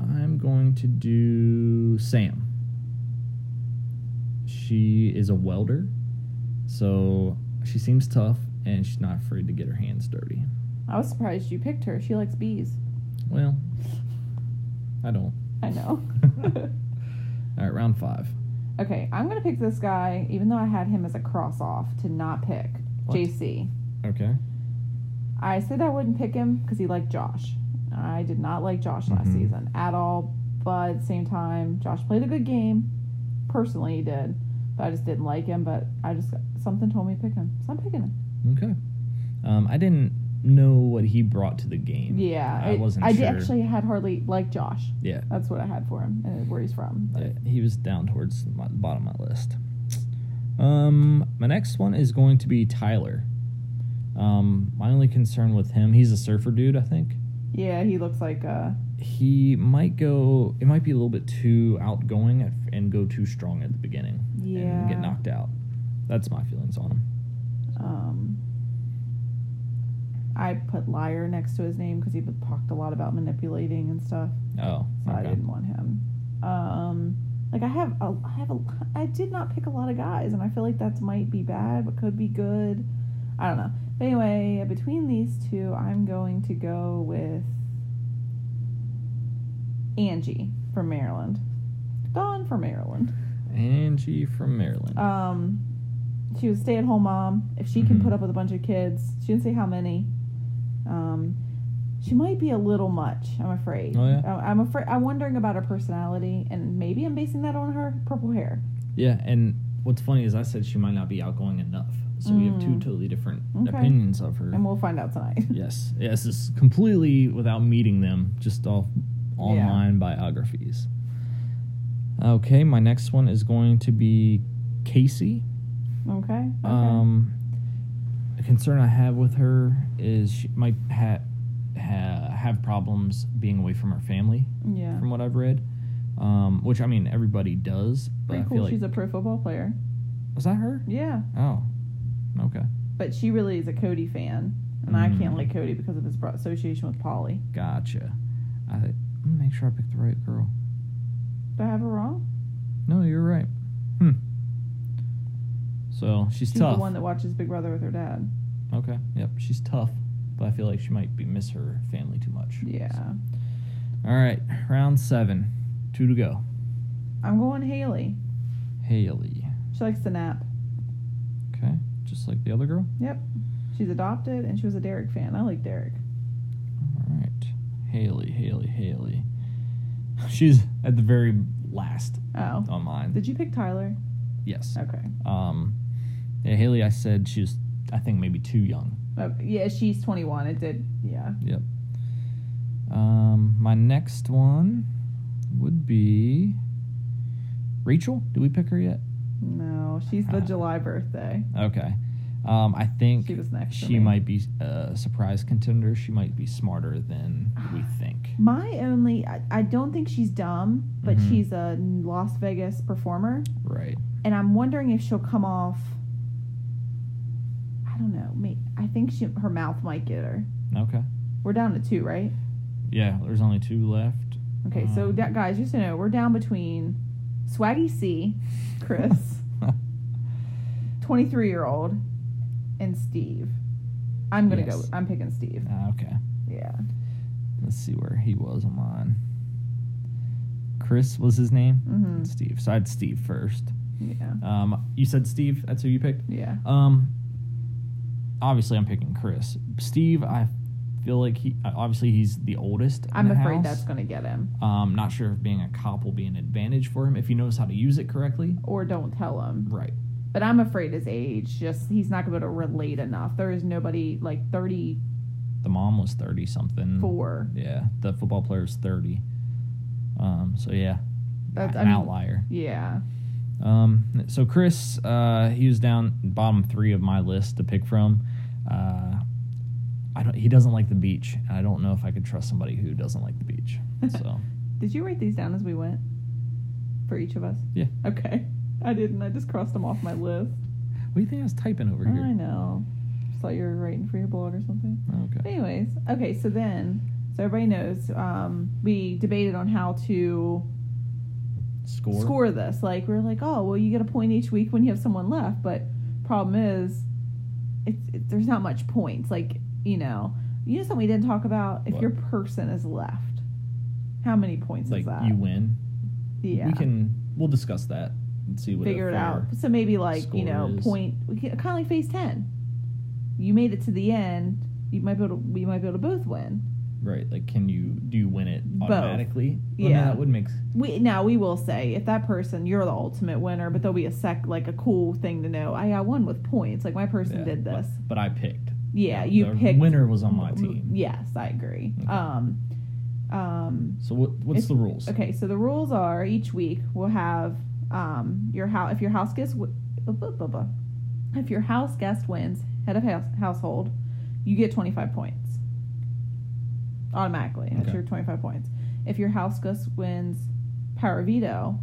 [SPEAKER 1] I'm going to do Sam. She is a welder, so she seems tough and she's not afraid to get her hands dirty.
[SPEAKER 2] I was surprised you picked her. She likes bees.
[SPEAKER 1] Well, I don't.
[SPEAKER 2] I know.
[SPEAKER 1] All right, round five.
[SPEAKER 2] okay, I'm gonna pick this guy, even though I had him as a cross off to not pick
[SPEAKER 1] What?
[SPEAKER 2] JC.
[SPEAKER 1] Okay.
[SPEAKER 2] I said I wouldn't pick him because he liked Josh. I did not like Josh last
[SPEAKER 1] Mhm.
[SPEAKER 2] season at all, but at the same time, Josh played a good game. Personally, he did, but I just didn't like him. But I just something told me to pick him, so I'm picking him.
[SPEAKER 1] Okay. Um, I didn't know what he brought to the game.
[SPEAKER 2] Yeah,
[SPEAKER 1] I wasn't
[SPEAKER 2] I did
[SPEAKER 1] sure.
[SPEAKER 2] actually had hardly like Josh.
[SPEAKER 1] Yeah.
[SPEAKER 2] That's what I had for him and where he's from.
[SPEAKER 1] Uh, he was down towards the mo- bottom of my list. Um, my next one is going to be Tyler. Um, my only concern with him, he's a surfer dude, I think.
[SPEAKER 2] Yeah, he looks like uh
[SPEAKER 1] He might go, it might be a little bit too outgoing at- and go too strong at the beginning
[SPEAKER 2] yeah.
[SPEAKER 1] and get knocked out. That's my feelings on him.
[SPEAKER 2] Um, I put liar next to his name because he talked a lot about manipulating and stuff.
[SPEAKER 1] Oh,
[SPEAKER 2] so I
[SPEAKER 1] okay.
[SPEAKER 2] didn't want him. Um, like I have a, I have a, lo- I did not pick a lot of guys, and I feel like that's might be bad, but could be good. I don't know. But anyway, between these two, I'm going to go with Angie from Maryland, Dawn from Maryland.
[SPEAKER 1] Angie from Maryland.
[SPEAKER 2] Um, she was a stay-at-home mom. If she can
[SPEAKER 1] Mhm.
[SPEAKER 2] put up with a bunch of kids, she didn't say how many. Um, she might be a little much. I'm afraid.
[SPEAKER 1] Oh, yeah?
[SPEAKER 2] I- I'm afraid. I'm wondering about her personality, and maybe I'm basing that on her purple hair.
[SPEAKER 1] yeah, and what's funny is I said she might not be outgoing enough. So we have two
[SPEAKER 2] Mm.
[SPEAKER 1] totally different
[SPEAKER 2] Okay.
[SPEAKER 1] opinions of her.
[SPEAKER 2] And we'll find out tonight.
[SPEAKER 1] Yes, yes, it's completely without meeting them, just off online biographies. Okay, my next one is going to be Casey.
[SPEAKER 2] okay. Okay.
[SPEAKER 1] Um, a concern I have with her is she might ha- ha- have problems being away from her family,
[SPEAKER 2] yeah.
[SPEAKER 1] from what I've read. Um, which I mean, everybody does, but
[SPEAKER 2] Pretty
[SPEAKER 1] I
[SPEAKER 2] cool.
[SPEAKER 1] feel
[SPEAKER 2] She's
[SPEAKER 1] like
[SPEAKER 2] a pro football player.
[SPEAKER 1] was that her?
[SPEAKER 2] Yeah,
[SPEAKER 1] Oh, okay,
[SPEAKER 2] but she really is a Cody fan, and I
[SPEAKER 1] Mm-hmm.
[SPEAKER 2] can't like Cody because of his bro- association with Polly.
[SPEAKER 1] gotcha. I I'm gonna make sure I picked the right girl.
[SPEAKER 2] Do I have her wrong?
[SPEAKER 1] No, you're right. Hmm. So she's,
[SPEAKER 2] She's
[SPEAKER 1] tough.
[SPEAKER 2] the one that watches Big Brother with her dad.
[SPEAKER 1] okay. Yep. She's tough. but I feel like she might be miss her family too much.
[SPEAKER 2] Yeah.
[SPEAKER 1] All right, round seven, two to go.
[SPEAKER 2] I'm going Haley.
[SPEAKER 1] Haley.
[SPEAKER 2] She likes to nap.
[SPEAKER 1] Okay, just like the other girl.
[SPEAKER 2] Yep. She's adopted and she was a Derek fan. I like Derek.
[SPEAKER 1] All right, Haley, Haley, Haley. She's at the very last
[SPEAKER 2] Oh.
[SPEAKER 1] on mine.
[SPEAKER 2] Did you pick Tyler?
[SPEAKER 1] Yes.
[SPEAKER 2] Okay.
[SPEAKER 1] Um, yeah, Haley. I said she was. I think maybe too young.
[SPEAKER 2] Oh, yeah, she's 21. It did. Yeah.
[SPEAKER 1] Um, my next one would be Rachel. Did we pick her yet?
[SPEAKER 2] No, she's the
[SPEAKER 1] Uh,
[SPEAKER 2] July birthday.
[SPEAKER 1] Okay. Um, I think
[SPEAKER 2] She was next. to
[SPEAKER 1] she
[SPEAKER 2] me.
[SPEAKER 1] might be uh, a surprise contender. She might be smarter than we think.
[SPEAKER 2] My only, I, I don't think she's dumb, but
[SPEAKER 1] Mhm.
[SPEAKER 2] she's a Las Vegas performer,
[SPEAKER 1] Right.
[SPEAKER 2] and I'm wondering if she'll come off. I don't know. May I think she her mouth might get her.
[SPEAKER 1] Okay.
[SPEAKER 2] We're down to two, right?
[SPEAKER 1] Yeah. There's only two left.
[SPEAKER 2] Okay, so
[SPEAKER 1] Um.
[SPEAKER 2] da- guys, just to know, we're down between Swaggy C, Chris, 23 year old, and Steve. I'm gonna
[SPEAKER 1] Yes.
[SPEAKER 2] go. I'm picking Steve.
[SPEAKER 1] Ah, okay.
[SPEAKER 2] Yeah.
[SPEAKER 1] Let's see where he was on mine. Chris was his name.
[SPEAKER 2] Mm-hmm.
[SPEAKER 1] Steve. So I had Steve first.
[SPEAKER 2] Yeah.
[SPEAKER 1] Um, you said Steve. That's who you picked.
[SPEAKER 2] Yeah.
[SPEAKER 1] Um, obviously, I'm picking Chris. Steve, I feel like he obviously he's the oldest. in
[SPEAKER 2] I'm
[SPEAKER 1] the
[SPEAKER 2] afraid
[SPEAKER 1] house.
[SPEAKER 2] that's gonna get him.
[SPEAKER 1] Um, not sure if being a cop will be an advantage for him if he knows how to use it correctly.
[SPEAKER 2] Or don't tell him.
[SPEAKER 1] Right.
[SPEAKER 2] But I'm afraid his age, just he's not going to relate enough. There is nobody like 34.
[SPEAKER 1] The mom was thirty something. Yeah, the football player was thirty. Um, so yeah,
[SPEAKER 2] That's
[SPEAKER 1] an
[SPEAKER 2] I mean,
[SPEAKER 1] outlier.
[SPEAKER 2] Yeah.
[SPEAKER 1] Um, so Chris, uh, he was down bottom three of my list to pick from. Uh, I don't. He doesn't like the beach. and I don't know if I could trust somebody who doesn't like the beach. So
[SPEAKER 2] Did you write these down as we went for each of us?
[SPEAKER 1] Yeah.
[SPEAKER 2] Okay. I didn't. I just crossed them off my list.
[SPEAKER 1] what do you think I was typing over
[SPEAKER 2] I
[SPEAKER 1] here?
[SPEAKER 2] know. Just thought you were writing for your blog or something.
[SPEAKER 1] Oh, Okay.
[SPEAKER 2] Anyways, okay. So then, so everybody knows um, we debated on how to
[SPEAKER 1] Score.
[SPEAKER 2] score this. Like we are like, oh, well, you get a point each week when you have someone left. But problem is, it's it, there's not much points. Like you know, you know something we didn't talk about. If
[SPEAKER 1] What?
[SPEAKER 2] your person is left, how many points
[SPEAKER 1] Like
[SPEAKER 2] is that?
[SPEAKER 1] you win.
[SPEAKER 2] yeah,
[SPEAKER 1] We can. We'll discuss that and see what. a
[SPEAKER 2] figure it
[SPEAKER 1] fair-
[SPEAKER 2] out. So maybe like
[SPEAKER 1] score
[SPEAKER 2] you know,
[SPEAKER 1] is.
[SPEAKER 2] point we kind of like phase ten. You made it to the end. You might be able to. We might be able to both win.
[SPEAKER 1] Right. Like, can you do you win it
[SPEAKER 2] Both.
[SPEAKER 1] automatically? Well,
[SPEAKER 2] Yeah.
[SPEAKER 1] No, that would make. s-
[SPEAKER 2] We now we will say if that person you're the ultimate winner, but there'll be a sec like a cool thing to know. I, I won with points. Like my person
[SPEAKER 1] yeah,
[SPEAKER 2] did
[SPEAKER 1] but-
[SPEAKER 2] this.
[SPEAKER 1] But, I picked.
[SPEAKER 2] Yeah, you
[SPEAKER 1] the
[SPEAKER 2] picked.
[SPEAKER 1] Winner was on my
[SPEAKER 2] M-
[SPEAKER 1] team.
[SPEAKER 2] Yes, I agree.
[SPEAKER 1] Okay.
[SPEAKER 2] Um, um,
[SPEAKER 1] So what? What's
[SPEAKER 2] If-
[SPEAKER 1] the rules?
[SPEAKER 2] okay, so the rules are each week we'll have um, your house. If your house guest, w- blah, blah, blah, blah. if your house guest wins, head of house household, you get twenty five points automatically. That's
[SPEAKER 1] Okay.
[SPEAKER 2] your twenty five points. If your house guest wins power veto,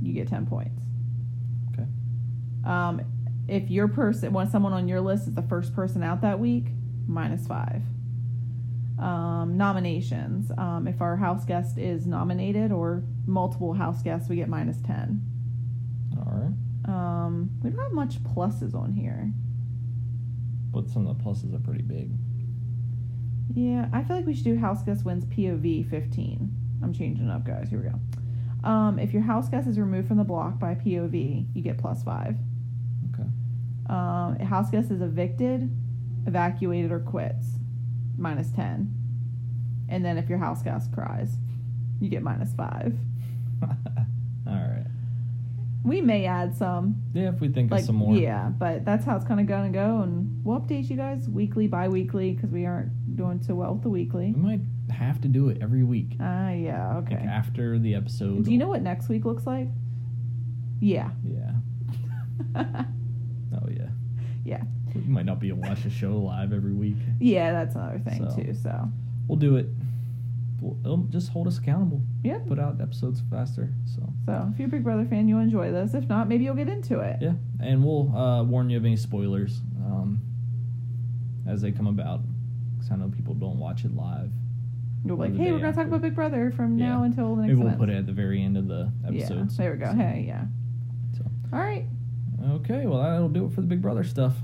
[SPEAKER 2] you get ten points.
[SPEAKER 1] Okay.
[SPEAKER 2] Um, if your person, when someone on your list is the first person out that week, minus five. Um, nominations. Um, if our house guest is nominated or multiple house guests, we get minus 10.
[SPEAKER 1] All right.
[SPEAKER 2] Um, we don't have much pluses on here.
[SPEAKER 1] But some of the pluses are pretty big.
[SPEAKER 2] Yeah, I feel like we should do house guest wins POV 15. I'm changing it up, guys. Here we go. Um, if your house guest is removed from the block by POV, you get plus five.
[SPEAKER 1] Okay.
[SPEAKER 2] Um, a house guest is evicted, evacuated, or quits, minus 10. And then if your house guest cries, you get minus five.
[SPEAKER 1] All right.
[SPEAKER 2] We may add some,
[SPEAKER 1] Yeah, if we think
[SPEAKER 2] like
[SPEAKER 1] of some more.
[SPEAKER 2] yeah, but that's how it's kind of gonna go. And we'll update you guys weekly, bi-weekly, because we aren't doing so well with the
[SPEAKER 1] We
[SPEAKER 2] weekly.
[SPEAKER 1] might have to do it every week.
[SPEAKER 2] Ah, yeah,
[SPEAKER 1] Like,
[SPEAKER 2] okay.
[SPEAKER 1] after the episode.
[SPEAKER 2] Do you know what next week looks like? Yeah,
[SPEAKER 1] Yeah. Oh yeah.
[SPEAKER 2] Yeah.
[SPEAKER 1] We might not be able to watch the show live every week.
[SPEAKER 2] yeah, that's another thing
[SPEAKER 1] So.
[SPEAKER 2] too. So
[SPEAKER 1] We'll do it. We'll, it'll just hold us accountable.
[SPEAKER 2] yeah,
[SPEAKER 1] Put out episodes faster. So
[SPEAKER 2] so if you're a Big Brother fan, you'll enjoy this. If not, maybe you'll get into it.
[SPEAKER 1] yeah, and we'll uh, warn you of any spoilers um, as they come about. Because I know people don't watch it live.
[SPEAKER 2] You'll be like,
[SPEAKER 1] the
[SPEAKER 2] hey,
[SPEAKER 1] day
[SPEAKER 2] we're gonna talk
[SPEAKER 1] after.
[SPEAKER 2] about Big Brother from
[SPEAKER 1] Yeah.
[SPEAKER 2] now until the next
[SPEAKER 1] Maybe we'll
[SPEAKER 2] month.
[SPEAKER 1] put it at the very end of the episodes.
[SPEAKER 2] Yeah, there we go.
[SPEAKER 1] So-
[SPEAKER 2] Hey, yeah.
[SPEAKER 1] So.
[SPEAKER 2] All right.
[SPEAKER 1] Okay, well that'll do it for the Big Brother stuff.